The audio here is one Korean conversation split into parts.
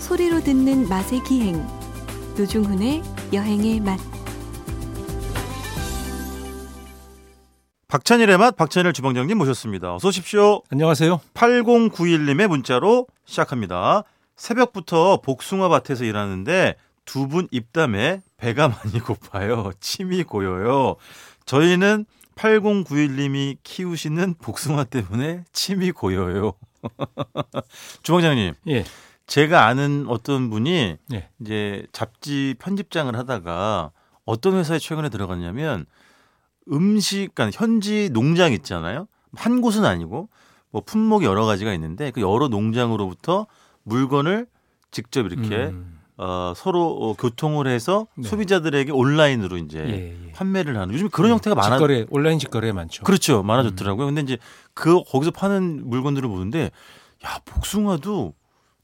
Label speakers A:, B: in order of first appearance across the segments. A: 소리로 듣는 맛의 기행 노중훈의 여행의 맛
B: 박찬일의 맛 박찬일 주방장님 모셨습니다. 어서 오십시오.
C: 안녕하세요.
B: 8091님의 문자로 시작합니다. 새벽부터 복숭아 밭에서 일하는데 두 분 입담에 배가 많이 고파요. 침이 고여요. 저희는 8091님이 키우시는 복숭아 때문에 침이 고여요. 주방장님,
C: 예.
B: 제가 아는 어떤 분이
C: 예.
B: 이제 잡지 편집장을 하다가 어떤 회사에 최근에 들어갔냐면 음식, 그러니까 현지 농장 있잖아요. 한 곳은 아니고 뭐 품목이 여러 가지가 있는데 그 여러 농장으로부터 물건을 직접 이렇게
C: 음,
B: 어, 서로 어, 교통을 해서
C: 네.
B: 소비자들에게 온라인으로 이제
C: 예, 예.
B: 판매를 하는 요즘 그런 형태가 많아
C: 직거래 온라인 직거래 많죠.
B: 그렇죠.
C: 음.
B: 많아졌더라고요. 근데 이제 그 거기서 파는 물건들을 보는데 야, 복숭아도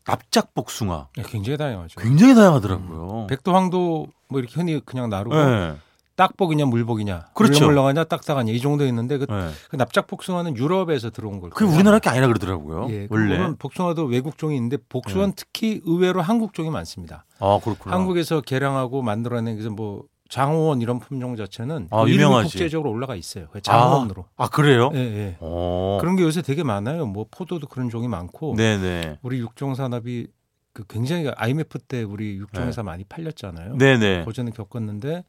B: 납작 복숭아
C: 예, 굉장히 다양하죠.
B: 굉장히 다양하더라고요.
C: 백도황도 뭐 이렇게 흔히 그냥 나르고
B: 예.
C: 딱복이냐 물복이냐
B: 그렇죠.
C: 물렁물렁하냐 딱딱하냐 이 정도 있는데 그,
B: 예.
C: 그 납작 복숭아는 유럽에서 들어온 걸
B: 그게
C: 거예요.
B: 우리나라 게 아니라 그러더라고요.
C: 예,
B: 원래.
C: 그거는 복숭아도 외국 종이 있는데 복숭아는 특히 의외로 한국 종이 많습니다.
B: 아, 그렇구나.
C: 한국에서 개량하고 만들어낸 그래서 뭐 장호원 이런 품종 자체는
B: 아,
C: 이름이
B: 유명하지.
C: 국제적으로 올라가 있어요. 그 장호원으로.
B: 아, 아, 그래요?
C: 예, 예.
B: 어.
C: 그런 게 요새 되게 많아요. 뭐 포도도 그런 종이 많고
B: 네, 네.
C: 우리 육종 산업이 그 굉장히 IMF 때 우리
B: 네.
C: 육종에서 많이 팔렸잖아요.
B: 네, 네.
C: 고전을 겪었는데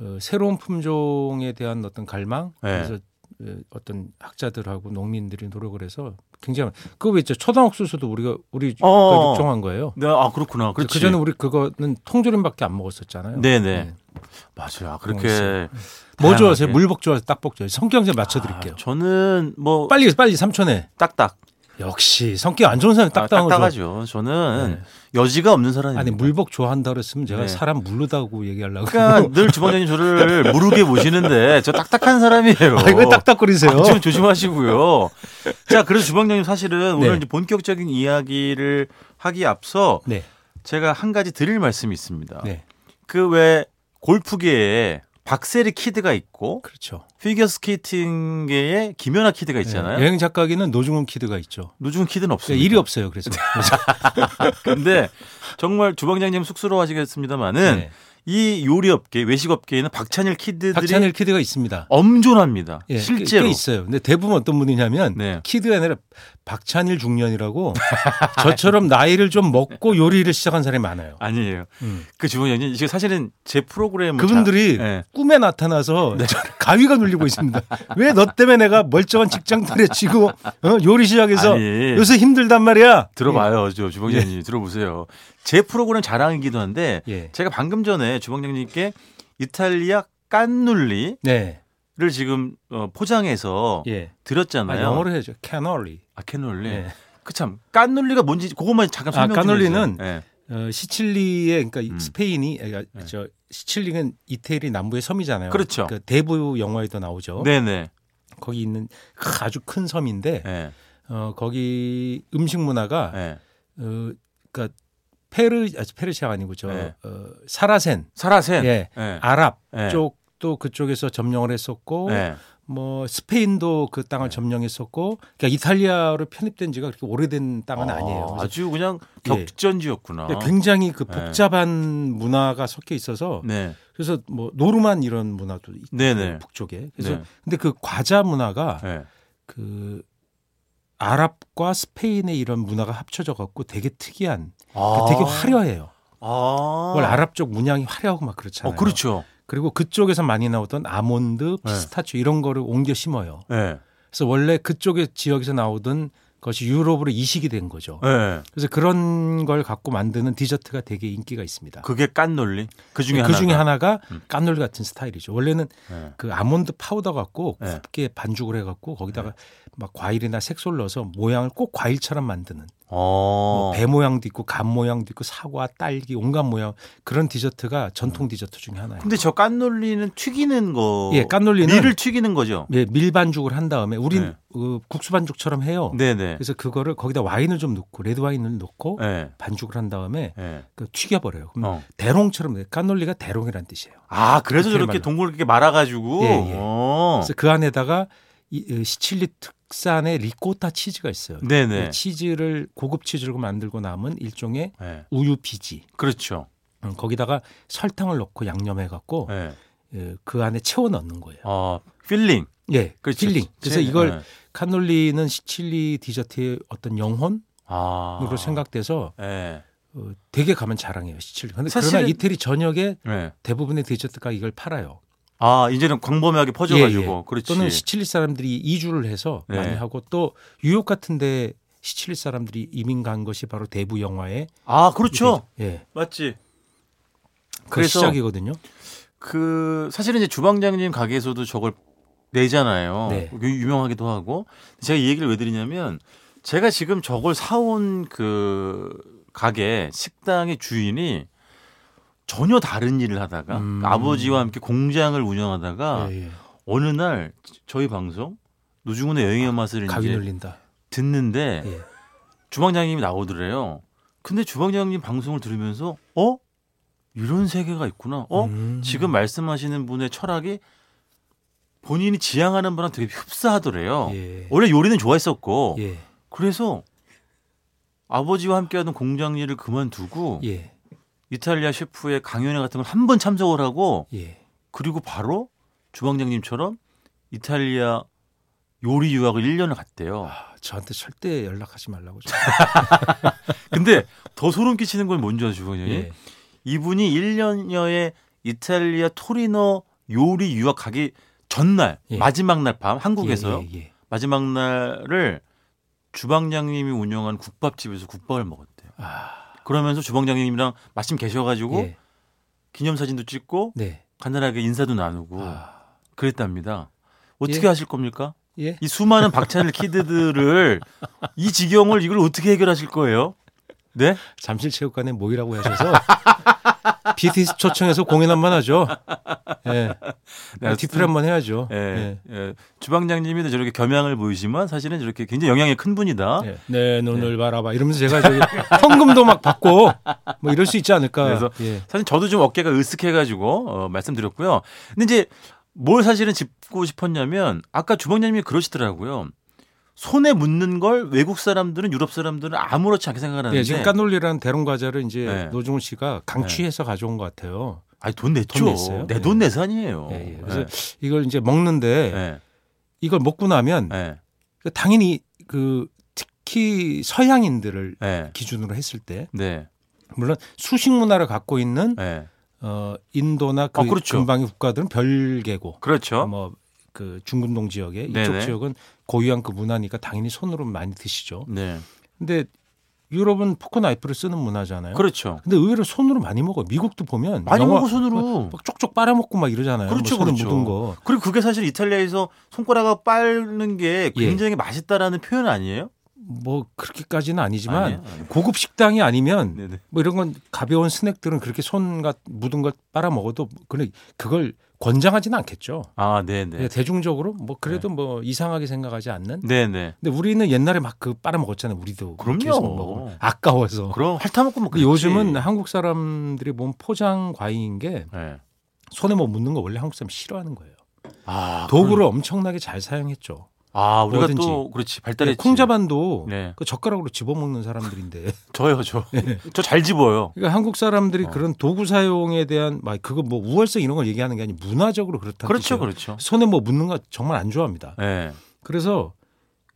C: 어, 새로운 품종에 대한 어떤 갈망
B: 네.
C: 그래서 어, 어떤 학자들하고 농민들이 노력을 해서 굉장히 그왜 있죠 초당옥수수도 우리가 우리
B: 어.
C: 육종한 거예요.
B: 네, 아, 그렇구나. 그렇지.
C: 그 전에 우리 그거는 통조림밖에 안 먹었었잖아요.
B: 네, 네. 맞아요. 아, 그렇게
C: 있어요. 뭐
B: 다양하게.
C: 좋아하세요? 물복 좋아하세요? 딱복 좋아하세요? 성격에 맞춰드릴게요.
B: 아, 저는 뭐
C: 빨리 빨리 삼촌에
B: 딱딱
C: 역시 성격 안 좋은 사람
B: 아,
C: 딱딱한 거 좋아. 예.
B: 딱딱하죠. 저는 여지가 없는 사람입니다.
C: 아니 물복 좋아한다 그랬으면 제가
B: 네.
C: 사람 물르다고 얘기하려고.
B: 그러니까 늘 주방장님 저를 무르게 보시는데 저 딱딱한 사람이에요.
C: 아이 왜 딱딱거리세요?
B: 아, 좀 조심하시고요. 자, 그래서 주방장님 사실은 오늘
C: 네.
B: 이제 본격적인 이야기를 하기 앞서
C: 네.
B: 제가 한 가지 드릴 말씀이 있습니다.
C: 네.
B: 그 왜 골프계에 박세리 키드가 있고
C: 그렇죠.
B: 피겨 스케이팅계에 김연아 키드가 있잖아요.
C: 네, 여행 작가기는 노중훈 키드가 있죠.
B: 노중 키드는
C: 네,
B: 없어요.
C: 일이 없어요. 그래서.
B: 네. 근데 정말 주방장님 쑥스러워하시겠습니다만은
C: 네.
B: 이 요리업계, 외식업계에는 박찬일 키드들이
C: 박찬일 키드가 있습니다.
B: 엄존합니다.
C: 예, 꽤-
B: 네. 실제로.
C: 꽤 있어요. 근데 대부분 어떤 분이냐면
B: 네.
C: 키드가 아니라 박찬일 중년이라고 저처럼 나이를 좀 먹고 요리를 시작한 사람이 많아요.
B: 아니에요.
C: 음.
B: 그 주방장님 이게 사실은 제 프로그램
C: 그분들이
B: 자- 예.
C: 꿈에 나타나서
B: 네.
C: 저 가위가 눌리고 있습니다. 왜 너 때문에 내가 멀쩡한 직장 들에치고 어, 요리 시작해서
B: 아니.
C: 요새 예. 힘들단 말이야.
B: 예. 들어봐요, 저 주방장님 들어보세요. 제 프로그램 자랑이기도 한데
C: 예.
B: 제가 방금 전에 주방장님께 이탈리아 깐눌리를
C: 네.
B: 지금 어, 포장해서
C: 예.
B: 드렸잖아요.
C: 아, 영어로 해야죠. 캐널리.
B: 아 캐놀리.
C: 예.
B: 그참 깐눌리가 뭔지 그것만 잠깐
C: 아,
B: 설명 좀
C: 깐눌리는
B: 해주세요. 예.
C: 어, 시칠리의 그러니까 이
B: 음.
C: 스페인이 그러니까 저 시칠리는 이태리 남부의 섬이잖아요.
B: 그렇죠.
C: 그러니까 대부 영화에도 나오죠.
B: 네네.
C: 거기 있는 그 아주 큰 섬인데
B: 예.
C: 어, 거기 음식 문화가
B: 예.
C: 어, 그러니까 페르 아, 페르시아가 아니고 저
B: 네.
C: 어, 사라센,
B: 사라센.
C: 예,
B: 예.
C: 아랍
B: 예.
C: 쪽도 그쪽에서 점령을 했었고
B: 예.
C: 뭐 스페인도 그 땅을
B: 네.
C: 점령했었고 그러니까 이탈리아로 편입된 지가 그렇게 오래된 땅은
B: 아,
C: 아니에요. 그래서
B: 아주 그냥
C: 예.
B: 격전지였구나.
C: 굉장히 그
B: 네.
C: 복잡한 문화가 섞여 있어서
B: 네.
C: 그래서 뭐 노르만 이런 문화도 있고
B: 네네.
C: 북쪽에 그래서
B: 네.
C: 근데 그 과자 문화가
B: 예.
C: 그 아랍과 스페인의 이런 문화가 합쳐져 갖고 되게 특이한 그러니까
B: 아.
C: 그 되게 화려해요.
B: 아.
C: 원래 아랍 쪽 문양이 화려하고 막 그렇잖아요.
B: 어, 그렇죠. 네.
C: 리고 그쪽에서 많이 나오던 아몬드, 피스타치오 이런 거를 옮겨 심어요.
B: 예.
C: 그래서 원래 그쪽의 지역에서 나오던 것이 유럽으로 이식이 된 거죠.
B: 예.
C: 그래서 그런 걸 갖고 만드는 디저트가 되게 인기가 있습니다.
B: 그게 깐놀리. 그 중에 하나.
C: 그 중에 하나가
B: 음.
C: 깐놀 같은 스타일이죠. 원래는
B: 예.
C: 그 아몬드 파우더 갖고
B: 네.
C: 곱게 반죽을 해갖고 거기다가 막 과일이나 색소를 넣어서 모양을 꼭 과일처럼 만드는
B: 어.
C: 뭐배 모양도 있고 감 모양도 있고 사과, 딸기, 온갖 모양 그런 디저트가
B: 음.
C: 전통 디저트 중에 하나예요.
B: 근데 저 깐놀리는 튀기는 거.
C: 예, 깐놀리는
B: 뭐 밀을 튀기는 거죠.
C: 예, 밀 반죽을 한 다음에 우린
B: 네.
C: 어, 국수 반죽처럼 해요.
B: 네네.
C: 그래서 그거를 거기다 와인을 좀 넣고 레드 와인을 넣고
B: 예.
C: 반죽을 한 다음에
B: 예.
C: 그 튀겨버려요. 그럼
B: 어.
C: 대롱처럼 돼요. 깐놀리가 대롱이란 뜻이에요.
B: 아, 그래서
C: 그렇게
B: 저렇게
C: 말라.
B: 동글게 말아가지고.
C: 예, 예.
B: 어.
C: 그래서 그 안에다가 이, 어, 시칠리 특 국산의 리코타 치즈가 있어요.
B: 음,
C: 그
B: 네네.
C: 치즈를 고급 치즈로 만들고 남은 일종의
B: 네.
C: 우유 비지.
B: 그렇죠.
C: 음, 거기다가 설탕을 넣고 양념해 갖고
B: 네.
C: 예, 그 안에 채워 넣는 거예요.
B: 어, 필링.
C: 예,
B: 그렇죠.
C: 필링. 그래서 이걸
B: 네.
C: 카놀리는 시칠리 디저트의 어떤 영혼으로
B: 아.
C: 생각돼서
B: 네.
C: 어, 되게 가면 자랑해요 시칠리. 근데 그러나
B: 사실은-
C: 이태리 전역에
B: 네.
C: 대부분의 디저트가 이걸 팔아요.
B: 아, 이제는 광범위하게 퍼져가지고.
C: 예, 예.
B: 그렇지.
C: 또는 시칠리 사람들이 이주를 해서
B: 네.
C: 많이 하고 또 뉴욕 같은데 시칠리 사람들이 이민 간 것이 바로 대부 영화의
B: 아, 그렇죠.
C: 예,
B: 맞지.
C: 그
B: 그래서-
C: 시작이거든요.
B: 그 사실은 이제 주방장님 가게에서도 저걸 내잖아요.
C: 네.
B: 유- 유명하기도 하고 제가 이 얘기를 왜 드리냐면 제가 지금 저걸 사온 그 가게 식당의 주인이 전혀 다른 일을 하다가
C: 음.
B: 아버지와 함께 공장을 운영하다가
C: 예, 예.
B: 어느 날 저희 방송 노중훈의 여행의 맛을
C: 가위
B: 이제
C: 눌린다.
B: 듣는데
C: 예.
B: 주방장님이 나오더래요. 근데 주방장님 방송을 들으면서 어 이런 세계가 있구나. 어
C: 음.
B: 지금 말씀하시는 분의 철학이 본인이 지향하는 분랑 되게 흡사하더래요.
C: 예.
B: 원래 요리는 좋아했었고
C: 예.
B: 그래서 아버지와 함께하던 공장 일을 그만두고
C: 예.
B: 이탈리아 셰프의 강연회 같은 걸 한 번 참석을 하고
C: 예.
B: 그리고 바로 주방장님처럼 이탈리아 요리 유학을 1년을 갔대요.
C: 아, 저한테 절대 연락하지 말라고. 좀.
B: 아, 근데 더 소름 끼치는 건 뭔지 아세요, 주방장님?
C: 예.
B: 이분이 1년여의 이탈리아 토리노 요리 유학 가기 전날
C: 예.
B: 마지막 날 밤 한국에서요.
C: 예, 예, 예.
B: 마지막 날을 주방장님이 운영한 국밥집에서 국밥을 먹었대요.
C: 아,
B: 그러면서 주방장님이랑 마침 계셔가지고
C: 예.
B: 기념사진도 찍고
C: 네.
B: 간단하게 인사도 나누고
C: 아,
B: 그랬답니다. 어떻게
C: 예.
B: 하실 겁니까?
C: 예.
B: 이 수많은 박찬일 키드들을 이 지경을 이걸 어떻게 해결하실 거예요? 네?
C: 잠실 체육관에 모이라고 하셔서 BTS 초청해서 공연 한 번 하죠. 예.
B: 네,
C: 디플 한번 해야죠.
B: 예, 예. 주방장님이 저렇게 겸양을 보이지만 사실은 저렇게 굉장히 영향이 큰 분이다.
C: 예. 내 눈을 바라봐 이러면서 제가 저기 헌금도 막 받고 뭐 이럴 수 있지 않을까.
B: 그래서
C: 예.
B: 사실 저도 좀 어깨가 으쓱해가지고 어, 말씀드렸고요. 근데 이제 뭘 사실은 짚고 싶었냐면 아까 주방장님이 그러시더라고요. 손에 묻는 걸 외국 사람들은 유럽 사람들은 아무렇지 않게 생각하는데
C: 예, 지금 까놀리라는 대롱 과자를 이제
B: 네.
C: 노중훈 씨가 강취해서
B: 예.
C: 가져온 것 같아요.
B: 아니 돈
C: 돈
B: 냈죠.
C: 냈어요?
B: 내 돈 내산이에요.
C: 예, 예. 그래서 이걸 이제 먹는데
B: 예,
C: 이걸 먹고 나면
B: 예,
C: 그 당연히 그 특히 서양인들을
B: 예.
C: 기준으로 했을 때
B: 네.
C: 물론 수식 문화를 갖고 있는
B: 예.
C: 어 인도나 그
B: 어, 그렇죠.
C: 근방의 국가들은 별개고
B: 그렇죠.
C: 뭐 그 중금동 지역에 이쪽
B: 네네.
C: 지역은 고유한 그 문화니까 당연히 손으로 많이 드시죠.
B: 네.
C: 근데 유럽은 포크 나이프를 쓰는 문화잖아요.
B: 그렇죠.
C: 근데 의외로 손으로 많이 먹어요. 미국도 보면
B: 많이
C: 예? 뭐 영화
B: 먹어 손으로.
C: 막 쪽쪽 빨아먹고 막 이러잖아요.
B: 그렇죠,
C: 뭐 손에
B: 그렇죠.
C: 묻은 거.
B: 그리고 그게 사실 이탈리아에서 손가락을 빨는 게
C: 예.
B: 굉장히 맛있다라는 표현 아니에요?
C: 뭐 그렇게까지는 아니지만
B: 아니에요? 아니에요.
C: 고급 식당이 아니면
B: 네네.
C: 뭐 이런 건 가벼운 스낵들은 그렇게 손과 묻은 걸 빨아 먹어도 근데 그걸 권장하지는 않겠죠.
B: 아, 네네. 네.
C: 그냥 대중적으로 뭐 그래도 뭐 이상하게 생각하지 않는.
B: 네네.
C: 근데 우리는 옛날에 막 그 빨아 먹었잖아요. 우리도
B: 그럼요.
C: 계속 먹고. 아까워서.
B: 그럼 핥아먹고 뭐
C: 근데 요즘은 한국 사람들이 몸 포장 과잉인 게
B: 네.
C: 손에 뭐 묻는 거 원래 한국 사람 싫어하는 거예요.
B: 아,
C: 도구를
B: 그럼-
C: 엄청나게 잘 사용했죠.
B: 아 우리가
C: 뭐든지. 예,
B: 또 그렇지 발달했지.
C: 콩자반도
B: 네.
C: 그 젓가락으로 집어먹는 사람들인데
B: 저요 저.
C: 예.
B: 저 잘 집어요.
C: 그러니까 한국 사람들이
B: 어.
C: 그런 도구 사용에 대한 막 그거 뭐 우월성 이런 걸 얘기하는 게 아니고 문화적으로 그렇다.
B: 그렇죠 그렇죠.
C: 손에 뭐 묻는 거 정말 안 좋아합니다.
B: 예.
C: 그래서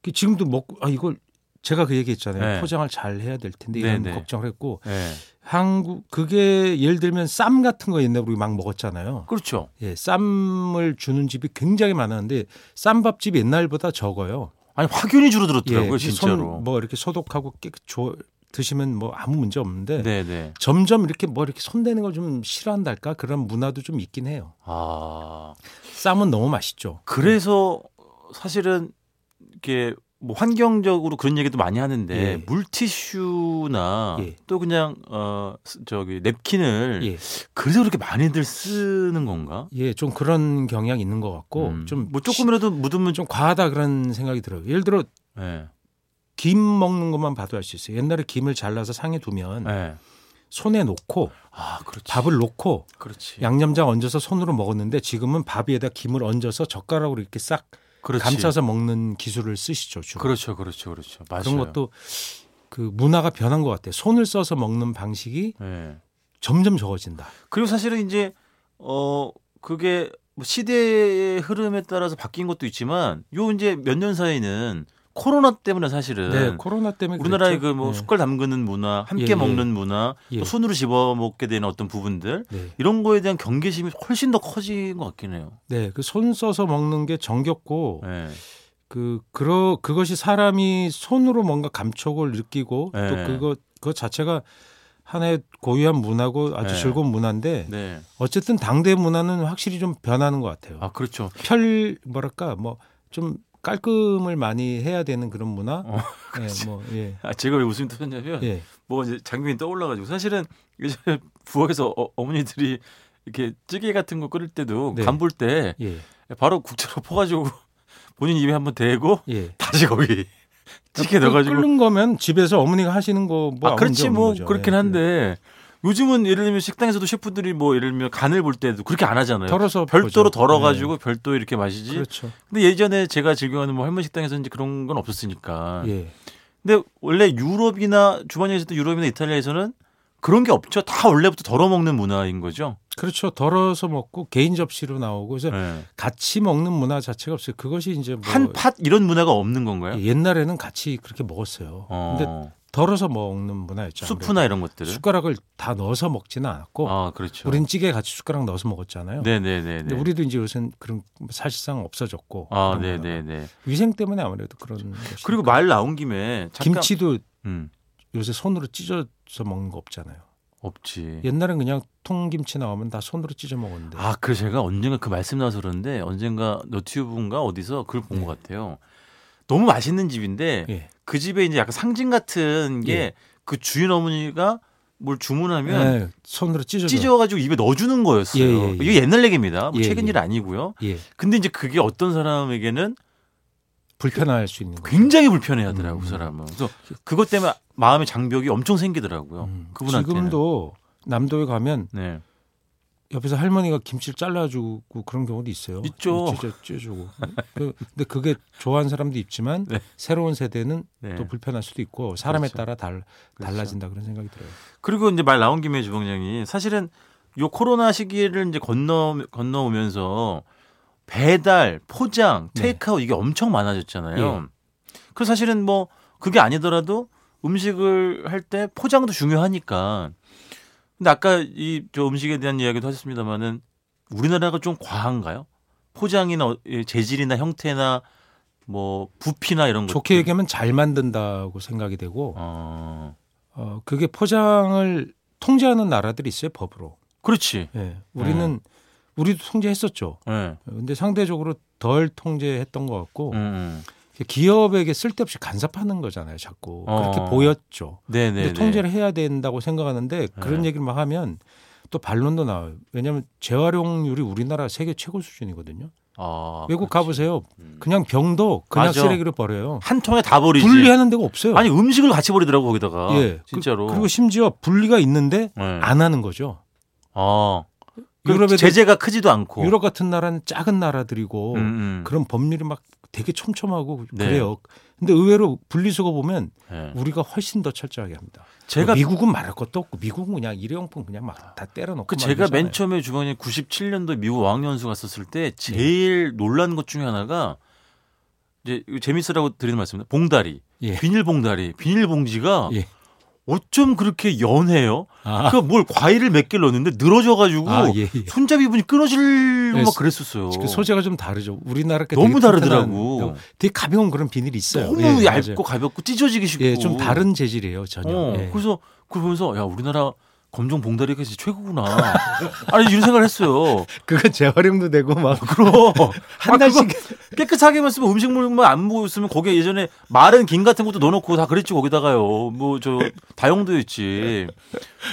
C: 그 지금도 먹고 아 이걸 제가 그 얘기했잖아요.
B: 네.
C: 포장을 잘 해야 될 텐데 이런
B: 네네.
C: 걱정을 했고
B: 예.
C: 한국 그게 예를 들면 쌈 같은 거 옛날에 우리 막 먹었잖아요.
B: 그렇죠.
C: 예, 쌈을 주는 집이 굉장히 많았는데 쌈밥집 이 옛날보다 적어요.
B: 아니 확연히 줄어들었더라고요
C: 예,
B: 진짜로.
C: 손뭐 이렇게 소독하고 깨끗 조, 드시면 뭐 아무 문제 없는데
B: 네네.
C: 점점 이렇게 뭐 이렇게 손대는 걸 좀 싫어한달까 그런 문화도 좀 있긴 해요.
B: 아
C: 쌈은 너무 맛있죠.
B: 그래서 사실은 이게 뭐 환경적으로 그런 얘기도 많이 하는데
C: 예.
B: 물티슈나
C: 예.
B: 또 그냥 어 스- 저기 냅킨을
C: 예,
B: 그래서 그렇게 많이들 쓰는 건가?
C: 예, 좀 그런 경향 이 있는 것 같고
B: 음.
C: 좀
B: 뭐
C: 시-
B: 조금이라도 묻으면 좀
C: 좀 과하다 그런 생각이 들어요. 예를 들어
B: 예.
C: 김 먹는 것만 봐도 알 수 있어요. 옛날에 김을 잘라서 상에 두면
B: 예.
C: 손에 놓고
B: 아, 그렇지.
C: 밥을 놓고
B: 그렇지.
C: 예. 양념장 얹어서 손으로 먹었는데 지금은 밥 위에다 김을 얹어서 젓가락으로 이렇게 싹
B: 그렇지.
C: 감싸서 먹는 기술을 쓰시죠. 주로.
B: 그렇죠, 그렇죠, 그렇죠. 맞아요.
C: 그런 것도 그 문화가 변한 것 같아요. 손을 써서 먹는 방식이
B: 예.
C: 점점 적어진다.
B: 그리고 사실은 이제 어 그게 뭐 시대의 흐름에 따라서 바뀐 것도 있지만 요 이제 몇 년 사이는 코로나 때문에 사실은
C: 네, 코로나 때문에
B: 우리나라의
C: 그랬죠.
B: 그 뭐
C: 네.
B: 숟갈 담그는 문화, 함께
C: 예, 예.
B: 먹는 문화,
C: 예.
B: 또 손으로 집어 먹게 되는 어떤 부분들
C: 네.
B: 이런 거에 대한 경계심이 훨씬 더 커진 것 같긴 해요.
C: 네, 그 손 써서 먹는 게 정겹고
B: 예.
C: 그 그러 그것이 사람이 손으로 뭔가 감촉을 느끼고
B: 네.
C: 또 그거 그 자체가 하나의 고유한 문화고 아주
B: 네.
C: 즐거운 문화인데
B: 네.
C: 어쨌든 당대 문화는 확실히 좀 변하는 것 같아요.
B: 아 그렇죠.
C: 펼 뭐랄까 뭐 좀 깔끔을 많이 해야 되는 그런 문화.
B: 어,
C: 예, 뭐 예.
B: 아, 제가 왜 웃음이 터졌냐면
C: 예.
B: 뭐 이제 장면이 떠올라가지고 사실은 예전에 부엌에서 어, 어머니들이 이렇게 찌개 같은 거 끓일 때도
C: 네.
B: 간 볼 때
C: 예.
B: 바로 국자로 퍼가지고 본인 입에 한번 대고
C: 예.
B: 다시 거기 찌개
C: 끓-
B: 넣어가지고
C: 끓는 거면 집에서 어머니가 하시는 예, 거뭐
B: 아 그렇지 뭐 그렇긴 한데 요즘은 예를 들면 식당에서도 셰프들이 뭐 예를 들면 간을 볼 때도 그렇게 안 하잖아요.
C: 예. 덜어서
B: 별도로
C: 보죠.
B: 덜어가지고 별도 이렇게 마시지.
C: 예. 그렇죠.
B: 근데 예전에 제가 즐겨하는 뭐 할머니 식당에서는 이제 그런 건 없었으니까.
C: 예. 근데
B: 근데 원래 유럽이나 주변에서도 유럽이나 이탈리아에서는 그런 게 없죠. 다 원래부터 덜어먹는 문화인 거죠.
C: 그렇죠. 덜어서 먹고 개인 접시로 나오고 그래서
B: 예.
C: 같이 먹는 문화 자체가 없어요. 그것이 이제 뭐
B: 한팥 이런 문화가 없는 건가요?
C: 옛날에는 같이 그렇게 먹었어요.
B: 어,
C: 예. 근데 덜어서 먹는 문화였죠.
B: 수프나 이런
C: 아무래도.
B: 것들을.
C: 숟가락을 다 넣어서 먹지는 않았고
B: 아 그렇죠.
C: 우린 찌개에 같이 숟가락 넣어서 먹었잖아요.
B: 네네네.
C: 근데 우리도 이제 요새는 그런 사실상 없어졌고
B: 아
C: 그런 문화가.
B: 네네네.
C: 위생 때문에 아무래도 그런 것이.
B: 그리고 말 나온 김에 잠깐
C: 김치도
B: 음,
C: 요새 손으로 찢어서 먹는 거 없잖아요.
B: 없지.
C: 옛날엔 그냥 통김치 나오면 다 손으로 찢어 먹었는데
B: 예. 아, 그래 제가 언젠가 그 말씀 나서 그러는데 언젠가 너튜브인가 어디서 그걸 본
C: 네.
B: 것 같아요. 너무 맛있는 집인데
C: 예.
B: 그 집에 이제 약간 상징 같은 게
C: 예.
B: 그 주인 어머니가 뭘 주문하면
C: 예, 손으로 찢어서
B: 찢어가지고 입에 넣어주는 거였어요.
C: 예, 예, 예.
B: 이게 옛날 얘기입니다. 뭐
C: 예,
B: 최근
C: 예.
B: 일 아니고요.
C: 예,
B: 근데 이제 그게 어떤 사람에게는
C: 불편할 수 있는 거죠.
B: 굉장히 불편해하더라고
C: 음,
B: 그
C: 음.
B: 사람은. 그래서 그것 때문에 마음의 장벽이 엄청 생기더라고요.
C: 음,
B: 그분한테는.
C: 지금도 남도에 가면
B: 네.
C: 옆에서 할머니가 김치를 잘라주고 그런 경우도 있어요.
B: 있죠.
C: 찢어, 찢어주고. 그, 근데 그게 좋아하는 사람도 있지만
B: 네.
C: 새로운 세대는
B: 네.
C: 또 불편할 수도 있고 사람에
B: 그렇죠.
C: 따라 달,
B: 그렇죠.
C: 달라진다 그런 생각이 들어요.
B: 그리고 이제 말 나온 김에 주방장이 사실은 요 코로나 시기를 이제 건너 건너오면서 배달, 포장,
C: 네.
B: 테이크아웃 이게 엄청 많아졌잖아요.
C: 예.
B: 그래서 사실은 뭐 그게 아니더라도 음식을 할 때 포장도 중요하니까. 근데 아까 이 저 음식에 대한 이야기도 하셨습니다만은 우리나라가 좀 과한가요? 포장이나 어- 예, 재질이나 형태나 뭐 부피나 이런 것
C: 좋게 얘기하면 잘 만든다고 생각이 되고
B: 어.
C: 어, 그게 포장을 통제하는 나라들이 있어요 법으로.
B: 그렇지.
C: 예. 우리는
B: 네.
C: 우리도 통제했었죠.
B: 예.
C: 근데 상대적으로 덜 통제했던 것 같고
B: 음, 음.
C: 기업에게 쓸데없이 간섭하는 거잖아요. 자꾸 그렇게
B: 어.
C: 보였죠.
B: 네, 네,
C: 근데
B: 네.
C: 통제를 해야 된다고 생각하는데 그런 얘기를 막 하면 또 반론도 나와요. 왜냐하면 재활용률이 우리나라 세계 최고 수준이거든요.
B: 아,
C: 외국
B: 그렇지.
C: 가보세요.
B: 음.
C: 그냥 병도 그냥
B: 맞아.
C: 쓰레기로 버려요.
B: 한 통에 다 버리지.
C: 분리하는 데가 없어요.
B: 아니 음식을 같이 버리더라고 거기다가.
C: 예.
B: 아, 진짜로.
C: 그, 리고 심지어 분리가 있는데
B: 네.
C: 안 하는 거죠.
B: 아. 유럽에
C: 유럽에도-
B: 제재가 크지도 않고.
C: 유럽 같은 나라는 작은 나라들이고
B: 음, 음.
C: 그런 법률이 막 되게 촘촘하고
B: 네.
C: 그래요. 근데 의외로 분리수거 보면
B: 예.
C: 우리가 훨씬 더 철저하게 합니다.
B: 제가 그
C: 미국은 말할 것도 없고 미국은 그냥 일회용품 그냥 막 다 때려놓고
B: 그
C: 막
B: 제가 맨
C: 이러잖아요.
B: 처음에 주방에 97년도 미국 어학연수 갔었을 때 제일
C: 예.
B: 놀란 것 중에 하나가 이제 이거 재밌으라고 드리는 말씀입니다. 봉다리.
C: 예.
B: 비닐 봉다리. 비닐 봉지가
C: 예.
B: 어쩜 그렇게 연해요?
C: 아,
B: 그 뭘 과일을 몇 개를 넣었는데 늘어져 가지고
C: 아, 예, 예.
B: 손잡이 부분이 끊어질고
C: 예,
B: 막 그랬었어요.
C: 그 소재가 좀 다르죠. 우리나라 게
B: 너무
C: 되게
B: 다르더라고.
C: 탄탄한, 되게 가벼운 그런 비닐이 있어요.
B: 너무
C: 예,
B: 얇고
C: 맞아요.
B: 가볍고 찢어지기 쉽고.
C: 예, 좀 다른 재질이에요 전혀.
B: 어,
C: 예.
B: 그래서 그걸 보면서 야 우리나라 검정 봉다리가 진짜 최고구나. 아니 이런 생각을 했어요.
C: 그건 재활용도 되고
B: 어.
C: 막
B: 그럼 아,
C: 한 달씩
B: 깨끗하게만 쓰면 음식물만 안 보고 쓰면 거기에 예전에 마른 김 같은 것도 넣어놓고 다 그랬지 거기다가요. 뭐 저 다용도였지.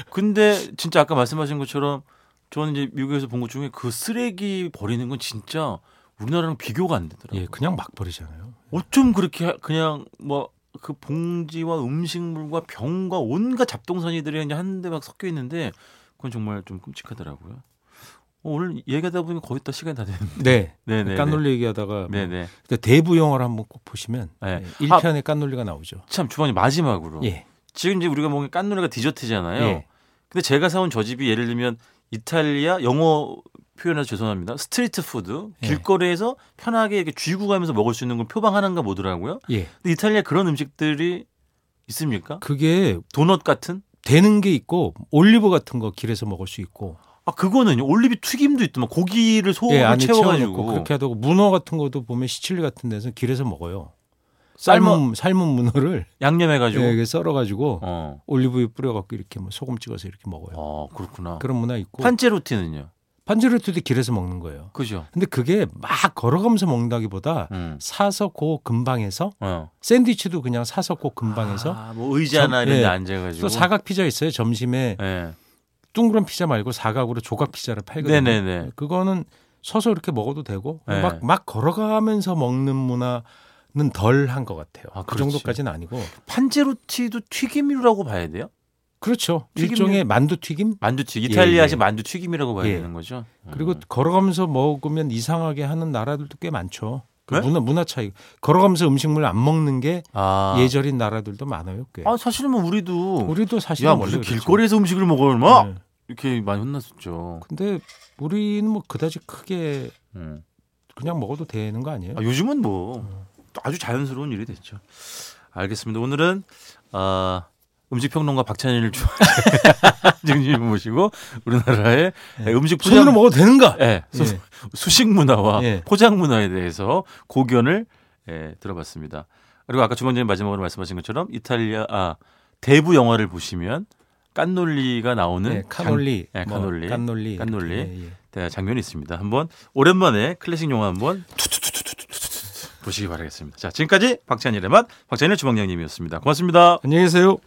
B: 근데 진짜 아까 말씀하신 것처럼 저는 이제 미국에서 본 것 중에 그 쓰레기 버리는 건 진짜 우리나라랑 비교가 안 되더라고요.
C: 예, 그냥 막 버리잖아요.
B: 어쩜 그렇게 하- 그냥 뭐 그 봉지와 음식물과 병과 온갖 잡동사니들이 이제 한데 막 섞여 있는데 그건 정말 좀 끔찍하더라고요. 어, 오늘 얘기하다 보니까 거의 다 시간이 다 됐는데.
C: 네.
B: 네네.
C: 깐놀리 얘기하다가 뭐
B: 네네.
C: 그러니까 대부 영화를 한번 꼭 보시면
B: 네.
C: 일 1편에 깐놀리가 나오죠.
B: 참 주방이 마지막으로.
C: 예.
B: 지금 이제 우리가 먹는 깐누리가 디저트잖아요.
C: 예.
B: 근데 제가 사온 저 집이 예를 들면 이탈리아 영어 표현해서 죄송합니다. 스트리트 푸드
C: 예.
B: 길거리에서 편하게 이렇게 쥐고 가면서 먹을 수 있는 걸 표방하는가 보더라고요.
C: 예.
B: 근데 이탈리아 그런 음식들이 있습니까?
C: 그게
B: 도넛 같은?
C: 되는 게 있고 올리브 같은 거 길에서 먹을 수 있고
B: 아 그거는요. 올리브 튀김도 있더만 고기를 소금을
C: 예, 안에
B: 채워가지고
C: 채워놓고 그렇게 하다고 문어 같은 것도 보면 시칠리 같은 데서 길에서 먹어요.
B: 삶아-
C: 삶은 삶은 문어를
B: 양념해가지고.
C: 예, 이게 썰어가지고
B: 어.
C: 올리브유 뿌려갖고 이렇게 뭐 소금 찍어서 이렇게 먹어요.
B: 아 그렇구나.
C: 그런 문화 있고
B: 판체로티는요.
C: 판지르트도 길에서 먹는 거예요.
B: 그죠.
C: 근데 그게 막 걸어가면서 먹는다기보다
B: 음.
C: 사서 고 근방에서
B: 어.
C: 샌드위치도 그냥 사서 고 근방에서
B: 아, 뭐 의자나 이런
C: 점-
B: 데
C: 예.
B: 앉아가지고.
C: 또 사각 피자 있어요. 점심에
B: 예.
C: 둥그런 피자 말고 사각으로 조각 피자를 팔거든요.
B: 네네네.
C: 그거는 서서 이렇게 먹어도 되고
B: 네.
C: 막 막 걸어가면서 먹는 문화는 덜 한 것 같아요.
B: 아,
C: 그
B: 그렇지.
C: 정도까지는 아니고
B: 판체로티도 튀김이라고 봐야 돼요?
C: 그렇죠.
B: 튀김류.
C: 일종의 만두 튀김
B: 만두튀
C: 예,
B: 이탈리아식
C: 예.
B: 만두튀김이라고 봐야
C: 예.
B: 되는 거죠.
C: 그리고
B: 음.
C: 걸어가면서 먹으면 이상하게 하는 나라들도 꽤 많죠. 그
B: 네?
C: 문화 문화 차이. 걸어가면서 음식물 안 먹는 게
B: 아,
C: 예절인 나라들도 많아요. 꽤.
B: 아 사실은 뭐 우리도
C: 우리도 사실
B: 야
C: 원래
B: 무슨
C: 그렇죠.
B: 길거리에서 뭐? 음식을 먹어 얼마
C: 네.
B: 이렇게 많이 혼났었죠.
C: 근데 우리는 뭐 그다지 크게
B: 음.
C: 그냥 먹어도 되는 거 아니에요?
B: 아, 요즘은 뭐 아주 자연스러운 일이 됐죠. 알겠습니다. 오늘은 아, 음식 평론가 박찬일 주중님 모시고 우리나라의
C: 네.
B: 음식 포장
C: 손으로 먹어도 되는가?
B: 예, 수-
C: 예.
B: 수식 문화와
C: 예.
B: 포장 문화에 대해서 고견을 예, 들어봤습니다. 그리고 아까 주방장님 마지막으로 말씀하신 것처럼 이탈리아 아, 대부 영화를 보시면 깐놀리가 나오는
C: 네, 카놀리,
B: 장, 예,
C: 뭐
B: 카놀리,
C: 깐놀리,
B: 깐놀리.
C: 이렇게, 예, 예.
B: 네, 장면이 있습니다. 한번 오랜만에 클래식 영화 한번 보시기 바라겠습니다. 자, 지금까지 박찬일의 맛 박찬일 주방장님이었습니다. 고맙습니다.
C: 안녕히 계세요.